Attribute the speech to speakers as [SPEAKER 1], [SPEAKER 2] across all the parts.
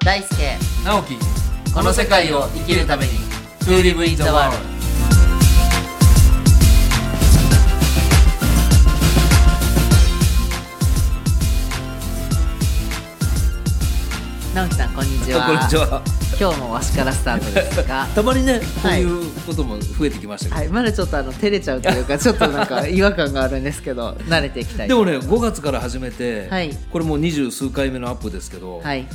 [SPEAKER 1] 大輔
[SPEAKER 2] 直樹
[SPEAKER 1] この世界を生きるために
[SPEAKER 2] To live in the world
[SPEAKER 1] 直樹さんこんにちは
[SPEAKER 2] こんにちは
[SPEAKER 1] 今日もわしからスタートです が
[SPEAKER 2] たまにねこう
[SPEAKER 1] はい
[SPEAKER 2] いうことも増えてきましたけど、
[SPEAKER 1] はいまだちょっとあの照れちゃうという かちょっとなんか違和感があるんですけど慣れていきたい
[SPEAKER 2] でもね5月から始めて、
[SPEAKER 1] はい
[SPEAKER 2] これもう二十数回目のアップですけど、
[SPEAKER 1] はい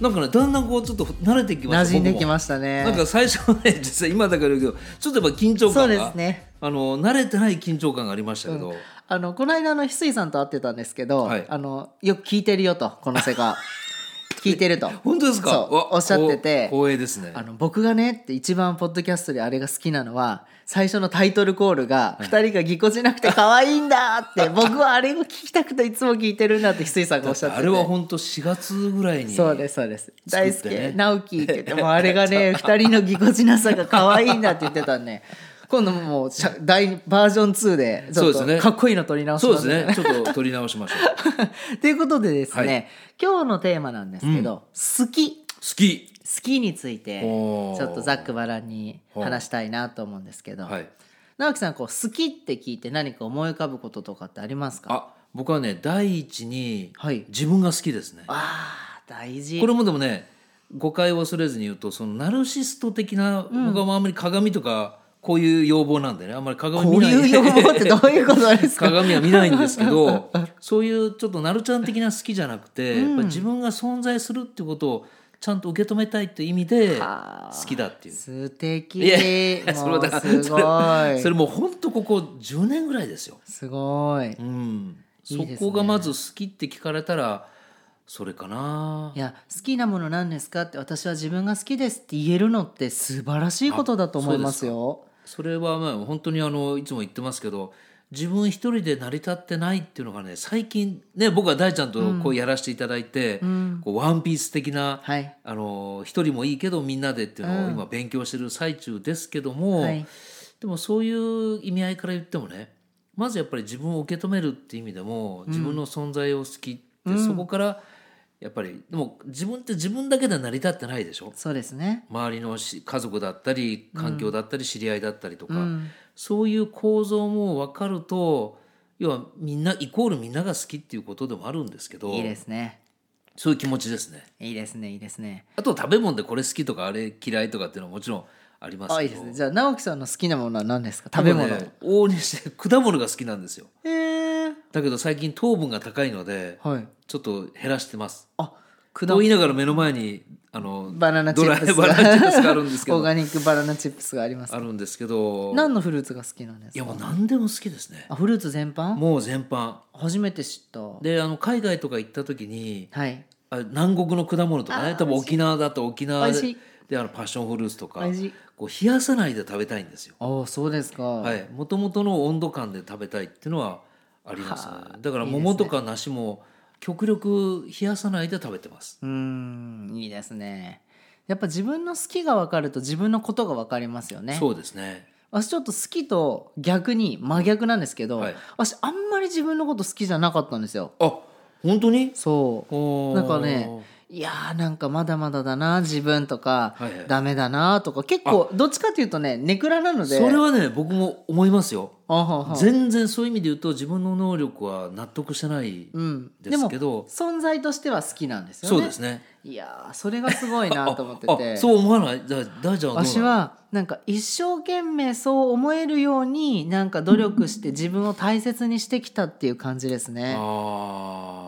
[SPEAKER 2] なんかねだんだんこうちょっと慣れてきま
[SPEAKER 1] 馴
[SPEAKER 2] した
[SPEAKER 1] 染んできま
[SPEAKER 2] し
[SPEAKER 1] した
[SPEAKER 2] た
[SPEAKER 1] ね
[SPEAKER 2] なんか最初はね 実際今だから言うけどちょっとやっぱ緊
[SPEAKER 1] そ
[SPEAKER 2] 張
[SPEAKER 1] う
[SPEAKER 2] 感が
[SPEAKER 1] ですね
[SPEAKER 2] あの慣れてない緊張感がありましたけど、
[SPEAKER 1] あのこの間の翡翠さんと会ってたんですけど、
[SPEAKER 2] はい
[SPEAKER 1] あのよく聞いてるよとこの世界 聞いてると
[SPEAKER 2] 本当ですか
[SPEAKER 1] そう
[SPEAKER 2] わ
[SPEAKER 1] おっしゃってて
[SPEAKER 2] こう光栄ですね
[SPEAKER 1] あの僕がねって一番ポッドキャストであれが好きなのは最初のタイトルコールが2人がぎこちなくて可愛いんだ って僕はあれを聞きたくていつも聞いてるんだって翡翠さんがおっしゃってて
[SPEAKER 2] あれは本当4月ぐらいに
[SPEAKER 1] そうですそうです
[SPEAKER 2] 作
[SPEAKER 1] 大
[SPEAKER 2] ってね
[SPEAKER 1] 輔直樹って言ってもうあれが ね2人のぎこちなさが可愛いんだって言ってたんで今度もうしゃ大バージョン2でちょっ
[SPEAKER 2] そうです
[SPEAKER 1] と
[SPEAKER 2] ね
[SPEAKER 1] かっこいいの取り直し
[SPEAKER 2] そう
[SPEAKER 1] ま
[SPEAKER 2] ですす ねちょっと取り直しましょう好
[SPEAKER 1] ということでですね、
[SPEAKER 2] はい
[SPEAKER 1] 今日のテーマなんですけど、好き
[SPEAKER 2] き
[SPEAKER 1] 好きについてち
[SPEAKER 2] おー
[SPEAKER 1] ょっとざっくばらんに話したいなと思うんですけど、
[SPEAKER 2] はい
[SPEAKER 1] 直樹さんこう好きって聞いて何か思い浮かぶこととかってありますか
[SPEAKER 2] あ僕はね第一に
[SPEAKER 1] はい
[SPEAKER 2] 自分が好きですね、
[SPEAKER 1] あー大事
[SPEAKER 2] これもでもね誤解を恐れずに言うとそのナルシスト的な、僕はあんまり鏡とかこういう要望なんでねあんまり鏡
[SPEAKER 1] こ
[SPEAKER 2] 見
[SPEAKER 1] う
[SPEAKER 2] ない
[SPEAKER 1] いう要望ってどういうことですか
[SPEAKER 2] 鏡は見ないんですけどそういうちょっとなるちゃん的な好きじゃなくて、やっぱ自分が存在するってことをちゃんと受け止めたいっていう意味で
[SPEAKER 1] あー
[SPEAKER 2] 好きだってい う。
[SPEAKER 1] 素敵
[SPEAKER 2] いやいやそ
[SPEAKER 1] も
[SPEAKER 2] れ
[SPEAKER 1] う
[SPEAKER 2] だ
[SPEAKER 1] す
[SPEAKER 2] それ
[SPEAKER 1] ごい
[SPEAKER 2] それもうほんとここ10年ぐらいですよ。
[SPEAKER 1] すごい
[SPEAKER 2] うん、
[SPEAKER 1] いいですね。
[SPEAKER 2] そこがまず好きって聞かれたらそれかない
[SPEAKER 1] や好きなものなんですかって私は自分が好きですって言えるのって素晴らしいことだと思いますよ
[SPEAKER 2] それはまあ本当にあのいつも言ってますけど自分一人で成り立ってないっていうのがね最近ね僕は大ちゃんとこうやらせていただいて、こうワンピース的な、
[SPEAKER 1] はい
[SPEAKER 2] あの一人もいいけどみんなでっていうのを今勉強してる最中ですけども、
[SPEAKER 1] はい
[SPEAKER 2] でもそういう意味合いから言ってもねまずやっぱり自分を受け止めるっていう意味でも自分の存在を好きって、そこからやっぱりでも自分って自分だけでは成り立ってないでしょ
[SPEAKER 1] そうですね
[SPEAKER 2] 周りのし家族だったり環境だったり知り合いだったりとか、そういう構造も分かると要はみんなイコールみんなが好きっていうことでもあるんですけど
[SPEAKER 1] いいですね
[SPEAKER 2] そういう気持ちですね。
[SPEAKER 1] いいですねいいですね
[SPEAKER 2] あと食べ物でこれ好きとかあれ嫌いとかっていうのはもちろんありますけど
[SPEAKER 1] あいいですねじゃあ直樹さんの好きなものは何ですか食べ物、
[SPEAKER 2] でもね往々にして果物が好きなんですよ
[SPEAKER 1] えー、
[SPEAKER 2] だけど最近糖分が高いので
[SPEAKER 1] はい
[SPEAKER 2] ちょっと減らしてます
[SPEAKER 1] あ果
[SPEAKER 2] と言いながら目の前にあの
[SPEAKER 1] バナナチップス
[SPEAKER 2] ドライ バナナチップスがあるんですけ
[SPEAKER 1] オー
[SPEAKER 2] ど
[SPEAKER 1] ガニックバナナチップスがあります
[SPEAKER 2] あるんですけど
[SPEAKER 1] 何のフルーツが好きなんで
[SPEAKER 2] い
[SPEAKER 1] す
[SPEAKER 2] や
[SPEAKER 1] か
[SPEAKER 2] もう何でも好きですね
[SPEAKER 1] あフルーツ全般
[SPEAKER 2] もう全般
[SPEAKER 1] 初めて知った
[SPEAKER 2] であの海外とか行った時に
[SPEAKER 1] はい
[SPEAKER 2] あ南国の果物とかね多分沖縄だと沖縄
[SPEAKER 1] 美味し
[SPEAKER 2] で
[SPEAKER 1] い
[SPEAKER 2] であのパッションフルーツとか
[SPEAKER 1] 美味しい
[SPEAKER 2] こう冷やさないで食べたいんですよ
[SPEAKER 1] ああそうですか、
[SPEAKER 2] はい、もともとの温度感で食べたいっていうのはありますね、
[SPEAKER 1] はあ
[SPEAKER 2] だから
[SPEAKER 1] いいですね
[SPEAKER 2] 桃とか梨も極力冷やさないで食べてます
[SPEAKER 1] うーんいいですねやっぱ自分の好きが分かると自分のことが分かりますよね
[SPEAKER 2] そうですね
[SPEAKER 1] 私ちょっと好きと逆に真逆なんですけど、
[SPEAKER 2] はい
[SPEAKER 1] 私あんまり自分のこと好きじゃなかったんですよ
[SPEAKER 2] あ本当に
[SPEAKER 1] そう
[SPEAKER 2] おー
[SPEAKER 1] なんかねいやーなんかまだまだだな自分とか、
[SPEAKER 2] はいはい
[SPEAKER 1] ダメだなとか結構どっちかというとねネクラなので
[SPEAKER 2] それはね僕も思いますよ
[SPEAKER 1] あはは
[SPEAKER 2] 全然そういう意味で言うと自分の能力は納得してない
[SPEAKER 1] うん、
[SPEAKER 2] ですけど、
[SPEAKER 1] 存在としては好きなんですよね
[SPEAKER 2] そうですね
[SPEAKER 1] いやーそれがすごいなと思ってて
[SPEAKER 2] あそう思わないだ大ちゃんはどうなの
[SPEAKER 1] 私はなんか一生懸命そう思えるようになんか努力して自分を大切にしてきたっていう感じですね。
[SPEAKER 2] あ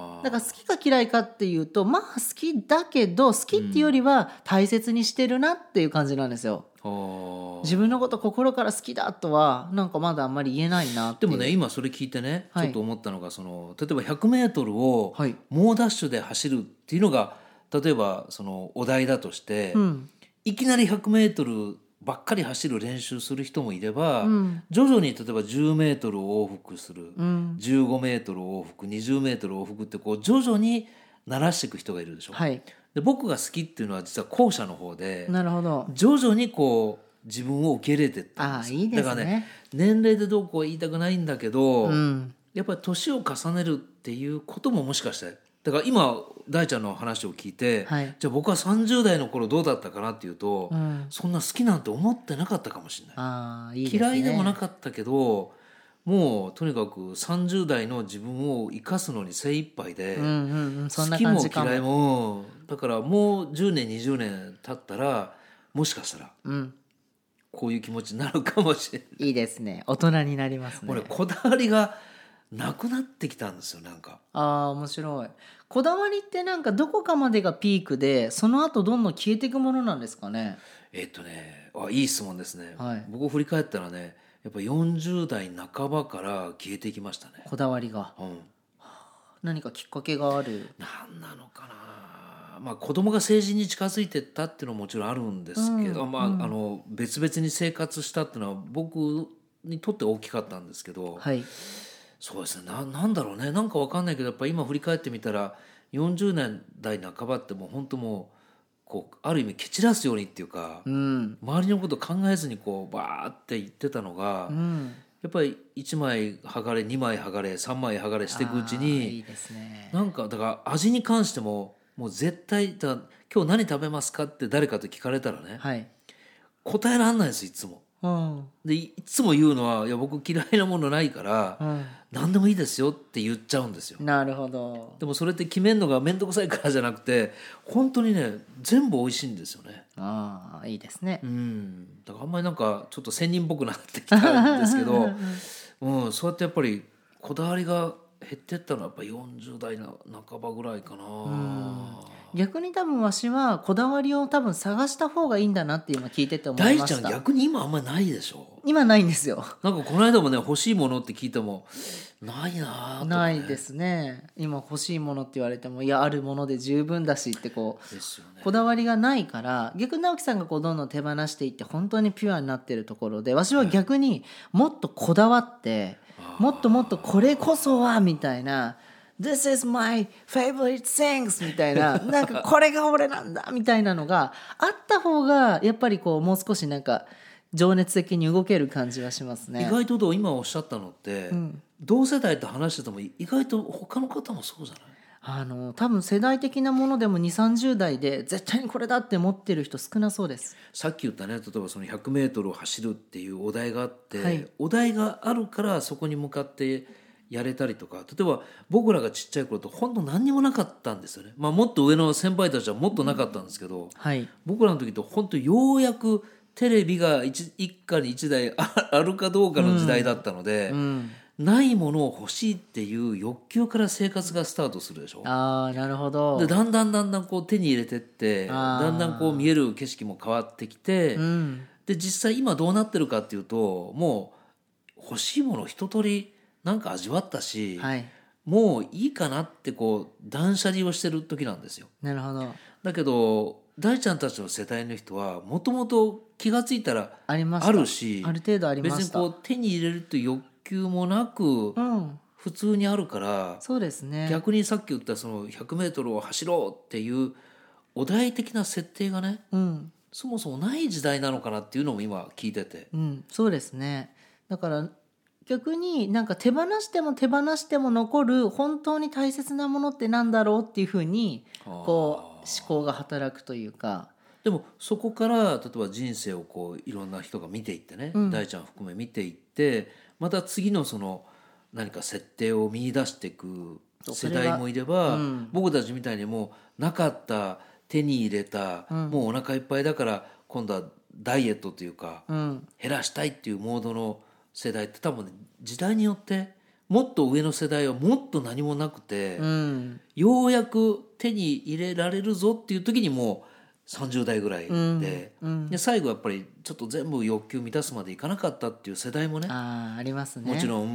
[SPEAKER 2] ー
[SPEAKER 1] だから好きか嫌いかっていうとまあ好きだけど好きっていうよりは大切にしてるなっていう感じなんですよ。
[SPEAKER 2] あー
[SPEAKER 1] 自分のこと心から好きだとはなんかまだあんまり言えないなって
[SPEAKER 2] で
[SPEAKER 1] いう
[SPEAKER 2] もね今それ聞いてね、
[SPEAKER 1] はい
[SPEAKER 2] ちょっと思ったのがその例えば 100m を
[SPEAKER 1] はい
[SPEAKER 2] 猛ダッシュで走るっていうのが例えばそのお題だとして、
[SPEAKER 1] うん
[SPEAKER 2] いきなり 100m ばっかり走る練習する人もいれば、
[SPEAKER 1] うん
[SPEAKER 2] 徐々に例えば 10m を往復する、
[SPEAKER 1] うん、
[SPEAKER 2] 15m 往復 20m 往復ってこう徐々に慣らしていく人がいるでしょ。
[SPEAKER 1] はい
[SPEAKER 2] で僕が好きっていうのは実は後者の方で
[SPEAKER 1] なるほど
[SPEAKER 2] 徐々にこう自分を受け入れてったん
[SPEAKER 1] あ
[SPEAKER 2] で
[SPEAKER 1] あ
[SPEAKER 2] すよ
[SPEAKER 1] いいで
[SPEAKER 2] だ
[SPEAKER 1] す
[SPEAKER 2] から
[SPEAKER 1] ね
[SPEAKER 2] ね年齢でどうこうは言いたくないんだけど、
[SPEAKER 1] うん
[SPEAKER 2] やっぱり年を重ねるっていうことももしかしてだから今大ちゃんの話を聞いて、
[SPEAKER 1] はい
[SPEAKER 2] じゃあ僕は30代の頃どうだったかなっていうと、
[SPEAKER 1] うん
[SPEAKER 2] そんな好きなんて思ってなかったかもしれない。
[SPEAKER 1] ああいいですね
[SPEAKER 2] 嫌いでもなかったけどもうとにかく30代の自分を生かすのに精一杯で、
[SPEAKER 1] うんうんうんそん
[SPEAKER 2] 好
[SPEAKER 1] な
[SPEAKER 2] き
[SPEAKER 1] 感
[SPEAKER 2] も
[SPEAKER 1] じかも
[SPEAKER 2] 嫌いもうんだからもう10年20年経ったらもしかしたら
[SPEAKER 1] うん
[SPEAKER 2] こういう気持ちになるかもしれない、
[SPEAKER 1] いいですね大人になりますね
[SPEAKER 2] 俺こだわりがなくなってきたんですよなんか
[SPEAKER 1] あー面白いこだわりってなんかどこかまでがピークでその後どんどん消えていくものなんですかね
[SPEAKER 2] えっとねあいい質問ですね、
[SPEAKER 1] はい
[SPEAKER 2] 僕を振り返ったらねやっぱ40代半ばから消えていきましたね
[SPEAKER 1] こだわりが
[SPEAKER 2] うん
[SPEAKER 1] 何かきっかけがある
[SPEAKER 2] なんなのかなまあ子供が成人に近づいてったっていうのももちろんあるんですけど、まあ、あの別々に生活したっていうのは僕にとって大きかったんですけど、
[SPEAKER 1] はい
[SPEAKER 2] そうですねななんだろうねなんかわかんないけどやっぱ今振り返ってみたら40年代半ばってもう本当もうこうある意味蹴散らすようにっていうか、
[SPEAKER 1] うん
[SPEAKER 2] 周りのこと考えずにこうバーって言ってたのが、
[SPEAKER 1] うん
[SPEAKER 2] やっぱり1枚剥がれ2枚剥がれ3枚剥がれしていくうちに。
[SPEAKER 1] あーいいですね
[SPEAKER 2] なんかだから味に関してももう絶対だから今日何食べますかって誰かと聞かれたらね
[SPEAKER 1] はい
[SPEAKER 2] 答えらんないんですいつも。
[SPEAKER 1] うん
[SPEAKER 2] でいいつも言うのはいや僕嫌いなものないから、
[SPEAKER 1] うん
[SPEAKER 2] 何でもいいですよって言っちゃうんですよ。
[SPEAKER 1] なるほど
[SPEAKER 2] でもそれって決めるのが面倒くさいからじゃなくて本当にね全部美味しいんですよね。
[SPEAKER 1] ああいいですね
[SPEAKER 2] うん、だからあんまりなんかちょっと仙人っぽくなってきたんですけど、うん、そうやってやっぱりこだわりが減ってったのはやっぱ40代の半ばぐらいかな。
[SPEAKER 1] 逆に多分わしはこだわりを多分探した方がいいんだなって今聞いてて思い
[SPEAKER 2] 大
[SPEAKER 1] ま
[SPEAKER 2] ちゃ
[SPEAKER 1] し
[SPEAKER 2] ん
[SPEAKER 1] た
[SPEAKER 2] 逆に今あんまりないでしょ
[SPEAKER 1] 今ないんですよ
[SPEAKER 2] なんかこの間もね欲しいものって聞いてもないなぁとか
[SPEAKER 1] な
[SPEAKER 2] ね
[SPEAKER 1] いですね今欲しいものって言われてもいやあるもので十分だしってこう
[SPEAKER 2] ですよね
[SPEAKER 1] こだわりがないから逆に直樹さんがこうどんどん手放していって本当にピュアになってるところでわしは逆にもっとこだわってもっともっとこれこそはみたいな「This is my favorite things」みたい ななんかこれが俺なんだみたいなのがあった方がやっぱりこうもう少しなんか情熱的に動ける感じはします
[SPEAKER 2] 意
[SPEAKER 1] ね。
[SPEAKER 2] 外とどう今おっしゃったのって、同世代と話してても意外と他の方もそうじゃない
[SPEAKER 1] あの多分世代的なものでも2 3 0代で絶対にこれだって持ってる人少なそうです
[SPEAKER 2] さっき言ったね例えばその 100m を走るっていうお題があって、
[SPEAKER 1] はい
[SPEAKER 2] お題があるからそこに向かってやれたりとか例えば僕らがちっちゃい頃とほんと何にもなかったんですよね、まあ、もっと上の先輩たちはもっとなかったんですけど、
[SPEAKER 1] はい
[SPEAKER 2] 僕らの時と本当ようやくテレビが一一家に一台あ あるかどうかの時代だったので、
[SPEAKER 1] ん
[SPEAKER 2] ないものを欲しいっていう欲求から生活がスタートするでしょ
[SPEAKER 1] ああなるほど
[SPEAKER 2] でだんだんだんだんこう手に入れてって
[SPEAKER 1] あー
[SPEAKER 2] だんだんこう見える景色も変わってきて、
[SPEAKER 1] うん
[SPEAKER 2] で実際今どうなってるかっていうともう欲しいもの一通りなんか味わったし、
[SPEAKER 1] はい
[SPEAKER 2] もういいかなってこう断捨離をしてる時なんですよ。
[SPEAKER 1] なるほど
[SPEAKER 2] だけど大ちゃんたちの世代の人はもともと気が付いたら
[SPEAKER 1] ありました
[SPEAKER 2] あるし
[SPEAKER 1] ある程度ありま
[SPEAKER 2] 別に
[SPEAKER 1] した
[SPEAKER 2] こう手に入れるという欲求もなく
[SPEAKER 1] うん
[SPEAKER 2] 普通にあるから
[SPEAKER 1] そうですね
[SPEAKER 2] 逆にさっき言ったその 100m を走ろうっていうお題的な設定がね
[SPEAKER 1] うん
[SPEAKER 2] そもそもない時代なのかなっていうのも今聞いてて
[SPEAKER 1] うんそうですねだから逆になんか手放しても手放しても残る本当に大切なものってなんだろうっていうふうにこう思考が働くというか
[SPEAKER 2] でもそこから例えば人生をこういろんな人が見ていってね、
[SPEAKER 1] うん
[SPEAKER 2] 大ちゃん含め見ていってまた次のその何か設定を見出していく
[SPEAKER 1] そう
[SPEAKER 2] 世
[SPEAKER 1] それ
[SPEAKER 2] 代
[SPEAKER 1] は
[SPEAKER 2] もいれば、
[SPEAKER 1] うん
[SPEAKER 2] 僕たちみたいにもうなかった手に入れた、
[SPEAKER 1] うん
[SPEAKER 2] もうお腹いっぱいだから今度はダイエットというか、
[SPEAKER 1] うん
[SPEAKER 2] 減らしたいっていうモードの世代って多分ね時代によってもっと上の世代はもっと何もなくて。
[SPEAKER 1] うん
[SPEAKER 2] ようやく手に入れられるぞっていう時にもう30代ぐらいで,、
[SPEAKER 1] うん
[SPEAKER 2] で最後やっぱりちょっと全部欲求満たすまでいかなかったっていう世代もね
[SPEAKER 1] ああありますね
[SPEAKER 2] もちろん、う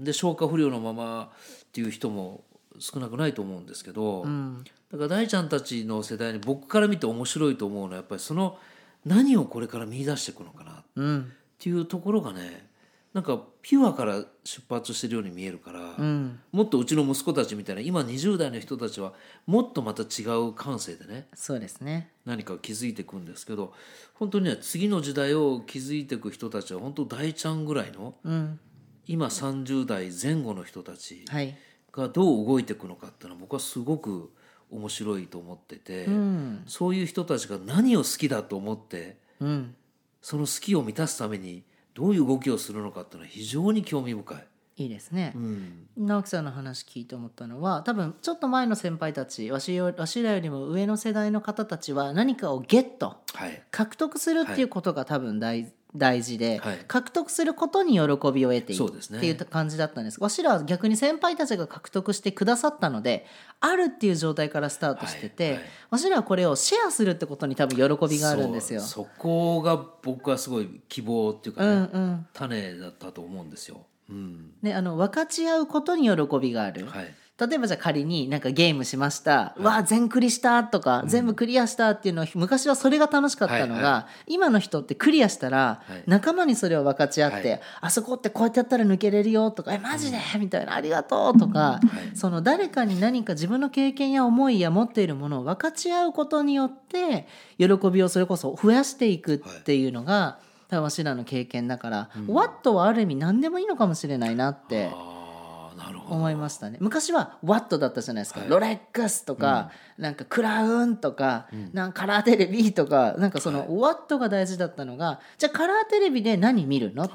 [SPEAKER 2] んで消化不良のままっていう人も少なくないと思うんですけど、
[SPEAKER 1] うん
[SPEAKER 2] だから大ちゃんたちの世代に僕から見て面白いと思うのはやっぱりその何をこれから見出していくのかなっ
[SPEAKER 1] うん
[SPEAKER 2] ていうところがねなんかピュアから出発してるように見えるから。
[SPEAKER 1] うん
[SPEAKER 2] もっとうちの息子たちみたいな今20代の人たちはもっとまた違う感性でね
[SPEAKER 1] そうですね
[SPEAKER 2] 何か気づいていくんですけど本当にね次の時代を築いていく人たちは本当大ちゃんぐらいの
[SPEAKER 1] うん
[SPEAKER 2] 今30代前後の人たち
[SPEAKER 1] はい
[SPEAKER 2] がどう動いていくのかっていうのは僕はすごく面白いと思ってて、
[SPEAKER 1] うん
[SPEAKER 2] そういう人たちが何を好きだと思って
[SPEAKER 1] うん
[SPEAKER 2] その好きを満たすためにどういう動きをするのかっていうのは非常に興味深い。
[SPEAKER 1] いいですね
[SPEAKER 2] う、ん
[SPEAKER 1] 直樹さんの話聞いて思ったのは多分ちょっと前の先輩たちわしよわしらよりも上の世代の方たちは何かをゲット
[SPEAKER 2] はい
[SPEAKER 1] 獲得するっていうことが多分大,、大事で、
[SPEAKER 2] はい
[SPEAKER 1] 獲得することに喜びを得てい
[SPEAKER 2] そう
[SPEAKER 1] く
[SPEAKER 2] です
[SPEAKER 1] っ
[SPEAKER 2] ね
[SPEAKER 1] ていう感じだったんですわしらは逆に先輩たちが獲得してくださったのであるっていう状態からスタートしてて、
[SPEAKER 2] はいはい
[SPEAKER 1] わしらはこれをシェアするってことに多分喜びがあるんですよ。
[SPEAKER 2] そうそこが僕はすごい希望っていうか
[SPEAKER 1] う
[SPEAKER 2] ね、
[SPEAKER 1] んうん
[SPEAKER 2] 種だったと思うんですよ。うん、
[SPEAKER 1] ね、あの分かち合うことに喜びがある、
[SPEAKER 2] はい
[SPEAKER 1] 例えばじゃあ仮になんかゲームしました、わあ全クリしたとか、全部クリアしたっていうのは昔はそれが楽しかったのが、
[SPEAKER 2] はいは
[SPEAKER 1] 今の人ってクリアしたら
[SPEAKER 2] はい
[SPEAKER 1] 仲間にそれを分かち合って、
[SPEAKER 2] はい
[SPEAKER 1] あそこってこうやってやったら抜けれるよとかえマジでみたいなありがとうとか、
[SPEAKER 2] い
[SPEAKER 1] その誰かに何か自分の経験や思いや持っているものを分かち合うことによって喜びをそれこそ増やしていくっていうのが、多分わしらの経験だから、ワットはある意味何でもいいのかもしれないなって
[SPEAKER 2] ああなるほど。
[SPEAKER 1] 思いましたね昔はワットだったじゃないですか、
[SPEAKER 2] はい
[SPEAKER 1] ロレックスとか、なんかクラウンとか、なんかカラーテレビとかなんかその、ワットが大事だったのがじゃあカラーテレビで何見るの
[SPEAKER 2] あ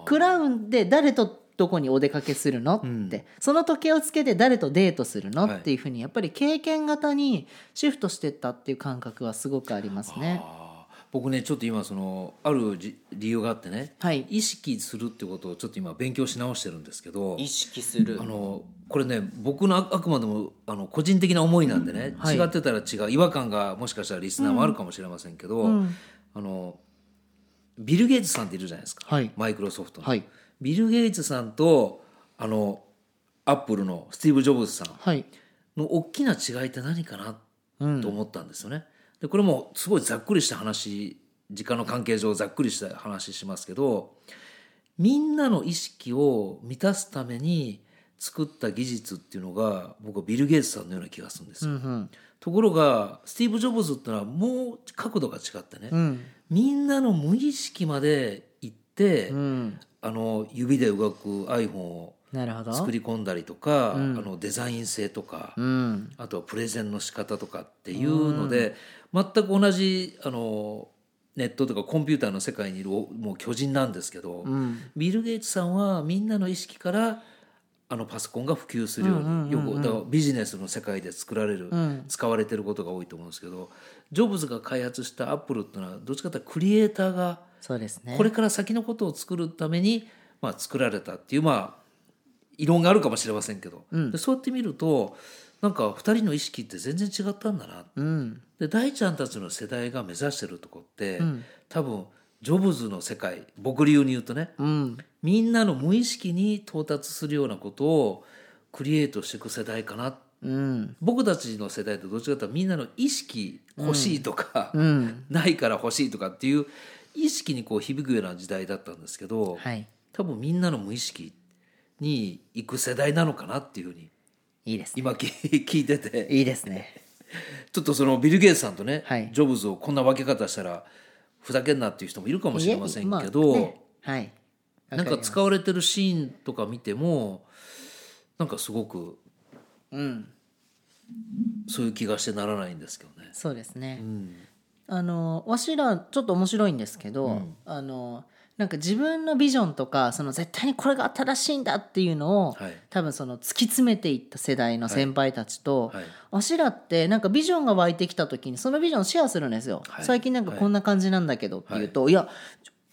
[SPEAKER 2] ー
[SPEAKER 1] クラウンで誰とどこにお出かけするのって、
[SPEAKER 2] ん
[SPEAKER 1] その時計をつけて誰とデートするの、
[SPEAKER 2] はい
[SPEAKER 1] っていうふうにやっぱり経験型にシフトしてったっていう感覚はすごくありますね。
[SPEAKER 2] あー僕ねちょっと今そのあるじ理由があってね、
[SPEAKER 1] はい
[SPEAKER 2] 意識するってことをちょっと今勉強し直してるんですけど
[SPEAKER 3] 意識する
[SPEAKER 2] あのこれね僕のああくまでもあの個人的な思いなんでね、
[SPEAKER 1] はい
[SPEAKER 2] 違ってたら違う違和感がもしかしたらリスナーもあるかもしれませんけど、
[SPEAKER 1] うん
[SPEAKER 2] あのビル・ゲイツさんっているじゃないですか、
[SPEAKER 1] はい
[SPEAKER 2] マイクロソフトの、
[SPEAKER 1] はい
[SPEAKER 2] ビル・ゲイツさんとあのアップルのスティーブ・ジョブズさん
[SPEAKER 1] はい、
[SPEAKER 2] の大きな違いって何かな
[SPEAKER 1] うん
[SPEAKER 2] と思ったんですよね。でこれもすごいざっくりした話時間の関係上ざっくりした話しますけどみんなの意識を満たすために作った技術っていうのが僕はビル・ゲイツさんのような気がするんですよ。
[SPEAKER 1] うん
[SPEAKER 2] ところがスティーブ・ジョブズってのはもう角度が違ってね、
[SPEAKER 1] うん
[SPEAKER 2] みんなの無意識まで行って、
[SPEAKER 1] うん、
[SPEAKER 2] あの指で動く iPhone を
[SPEAKER 1] なるほど。
[SPEAKER 2] 作り込んだりとか、
[SPEAKER 1] うん
[SPEAKER 2] あのデザイン性とか、
[SPEAKER 1] うん
[SPEAKER 2] あとはプレゼンの仕方とかっていうので、全く同じあのネットとかコンピューターの世界にいるおもう巨人なんですけど、
[SPEAKER 1] うん
[SPEAKER 2] ビル・ゲイツさんはみんなの意識からあのパソコンが普及するように、
[SPEAKER 1] うんうんうんうん
[SPEAKER 2] よくだからビジネスの世界で作られる、
[SPEAKER 1] うん
[SPEAKER 2] 使われてることが多いと思うんですけどジョブズが開発したアップルっていうのはどっちかというとクリエイターが
[SPEAKER 1] そうですね
[SPEAKER 2] これから先のことを作るために、まあ、作られたっていうまあ異論があるかもしれませんけど、
[SPEAKER 1] うん
[SPEAKER 2] でそうやって見るとなんか2人の意識って全然違ったんだな
[SPEAKER 1] うん
[SPEAKER 2] で大ちゃんたちの世代が目指してるとこって、
[SPEAKER 1] ん
[SPEAKER 2] 多分ジョブズの世界僕流に言うとね
[SPEAKER 1] うん
[SPEAKER 2] みんなの無意識に到達するようなことをクリエイトしていく世代かな
[SPEAKER 1] うん
[SPEAKER 2] 僕たちの世代とどっちかというとみんなの意識欲しいとか、
[SPEAKER 1] うん
[SPEAKER 2] ないから欲しいとかっていう意識にこう響くような時代だったんですけど、
[SPEAKER 1] はい
[SPEAKER 2] 多分みんなの無意識に行く世代なのかなっていうふうに
[SPEAKER 1] いいですね
[SPEAKER 2] 今き聞いてて
[SPEAKER 1] いいですね
[SPEAKER 2] ちょっとそのビル・ゲイツさんとね、
[SPEAKER 1] はい
[SPEAKER 2] ジョブズをこんな分け方したらふざけんなっていう人もいるかもしれませんけど、
[SPEAKER 1] いえまあねはい
[SPEAKER 2] なんか使われてるシーンとか見てもなんかすごく
[SPEAKER 1] うん
[SPEAKER 2] そういう気がしてならないんですけどね。
[SPEAKER 1] そうですね、
[SPEAKER 2] うん
[SPEAKER 1] あのわしらちょっと面白いんですけど、あのなんか自分のビジョンとかその絶対にこれが新しいんだっていうのを、
[SPEAKER 2] はい
[SPEAKER 1] 多分その突き詰めていった世代の先輩たちと、
[SPEAKER 2] はいはい
[SPEAKER 1] わしらってなんかビジョンが湧いてきた時にそのビジョンをシェアするんですよ、
[SPEAKER 2] はい
[SPEAKER 1] 最近なんかこんな感じなんだけどって言うと、い、や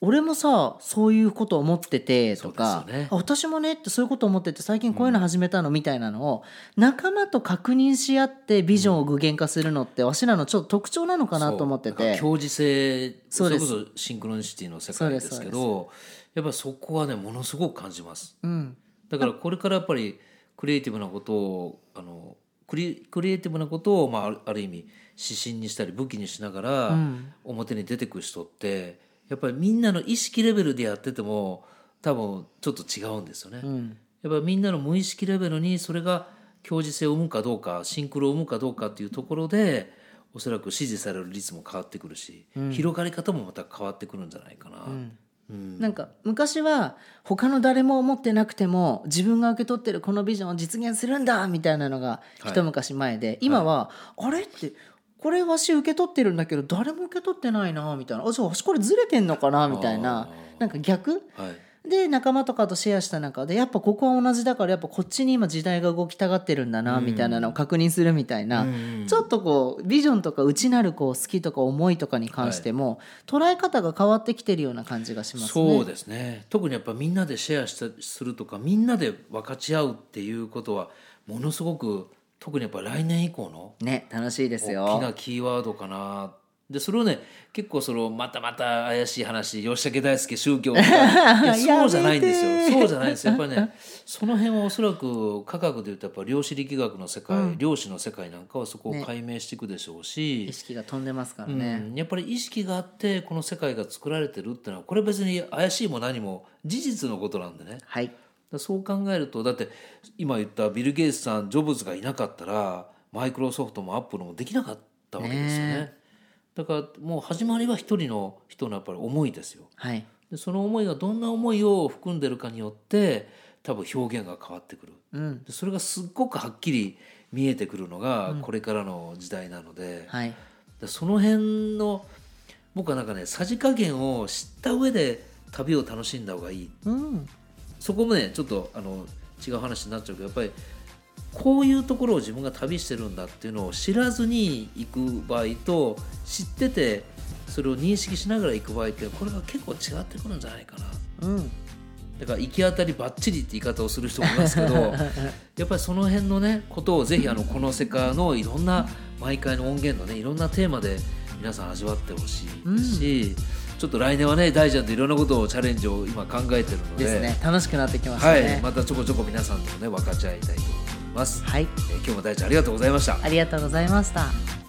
[SPEAKER 1] 俺もさそういうこと思っててと
[SPEAKER 2] そ
[SPEAKER 1] か、
[SPEAKER 2] うですよね
[SPEAKER 1] あ私もねってそういうこと思ってて最近こういうの始めたのみたいなのを仲間と確認し合ってビジョンを具現化するのってわしらのちょっと特徴なのかなと思って
[SPEAKER 2] そうだから
[SPEAKER 1] て
[SPEAKER 2] 共時性
[SPEAKER 1] そ
[SPEAKER 2] そうれ
[SPEAKER 1] です
[SPEAKER 2] こそシンクロニシティの世界です
[SPEAKER 1] そう
[SPEAKER 2] け
[SPEAKER 1] です
[SPEAKER 2] どやっぱりそこはねものすごく感じます
[SPEAKER 1] うん
[SPEAKER 2] だからこれからやっぱりクリエイティブなことをあのクリクリエイティブなことを、まあある、ある意味指針にしたり武器にしながら、
[SPEAKER 1] ん
[SPEAKER 2] 表に出てくる人ってやっぱりみんなの意識レベルでやってても多分ちょっと違うんですよね。
[SPEAKER 1] うん
[SPEAKER 2] やっぱりみんなの無意識レベルにそれが共時性を生むかどうかシンクロを生むかどうかっていうところでおそらく支持される率も変わってくるし、広がり方もまた変わってくるんじゃないかなうん
[SPEAKER 1] なんか昔は他の誰も思ってなくても自分が受け取ってるこのビジョンを実現するんだみたいなのが
[SPEAKER 2] はい
[SPEAKER 1] 一昔前で、今は、あれってこれわし受け取ってるんだけど誰も受け取ってないなみたいなあじゃあわしこれずれてんのかなみたいな
[SPEAKER 2] あー
[SPEAKER 1] なんか逆
[SPEAKER 2] はい
[SPEAKER 1] で仲間とかとシェアした中でやっぱここは同じだからやっぱこっちに今時代が動きたがってるんだなみたいなのを確認するみたいな、
[SPEAKER 2] うん
[SPEAKER 1] ちょっとこうビジョンとか内なるこう好きとか思いとかに関しても、捉え方が変わってきてるような感じがしますね。
[SPEAKER 2] そうですね特にやっぱみんなでシェアしたするとかみんなで分かち合うっていうことはものすごく特にやっぱ来年以降の
[SPEAKER 1] ね楽しいです
[SPEAKER 2] 大き
[SPEAKER 1] よ。
[SPEAKER 2] なキーワードかなでそれをね結構そのまたまた怪しい話吉武大輔宗 教とかいやそうじゃないんです
[SPEAKER 1] やめ
[SPEAKER 2] よ
[SPEAKER 1] て
[SPEAKER 2] そうじゃないんですよやっぱりねその辺はおそらく科学でいうとやっぱ量子力学の世界、量子の世界なんかはそこを解明していくでしょうし、
[SPEAKER 1] 意識が飛んでますからね。
[SPEAKER 2] うんやっぱり意識があってこの世界が作られてるってのはこれ別に怪しいも何も事実のことなんでねだか
[SPEAKER 1] はい。
[SPEAKER 2] らそう考えるとだって今言ったビル・ゲイツさんジョブズがいなかったらマイクロソフトもアップルもできなかったわけですよねだからもう始まりは一人の人のやっぱり思いですよ
[SPEAKER 1] はい。
[SPEAKER 2] でその思いがどんな思いを含んでるかによって多分表現が変わってくる、
[SPEAKER 1] うん。
[SPEAKER 2] でそれがすっごくはっきり見えてくるのがこれからの時代なので、
[SPEAKER 1] はい。
[SPEAKER 2] でその辺の僕はなんかねさじ加減を知った上で旅を楽しんだ方がいい
[SPEAKER 1] うん。
[SPEAKER 2] そこもねちょっとあの違う話になっちゃうけどやっぱりこういうところを自分が旅してるんだっていうのを知らずに行く場合と知っててそれを認識しながら行く場合ってこれが結構違ってくるんじゃないかな
[SPEAKER 1] うん。
[SPEAKER 2] だから行き当たりばっちりって言い方をする人もいますけどやっぱりその辺のねことをぜひあのこの世界のいろんな毎回の音源のねいろんなテーマで皆さん味わってほしいし、ちょっと来年はね大ちゃんといろんなことをチャレンジを今考えてるので
[SPEAKER 1] ですね。楽しくなってきました
[SPEAKER 2] は
[SPEAKER 1] ね。
[SPEAKER 2] い、またちょこちょこ皆さんともね分かち合いたいと思います、
[SPEAKER 1] はい。
[SPEAKER 2] えー今日も大ちゃんありがとうございました
[SPEAKER 1] ありがとうございました。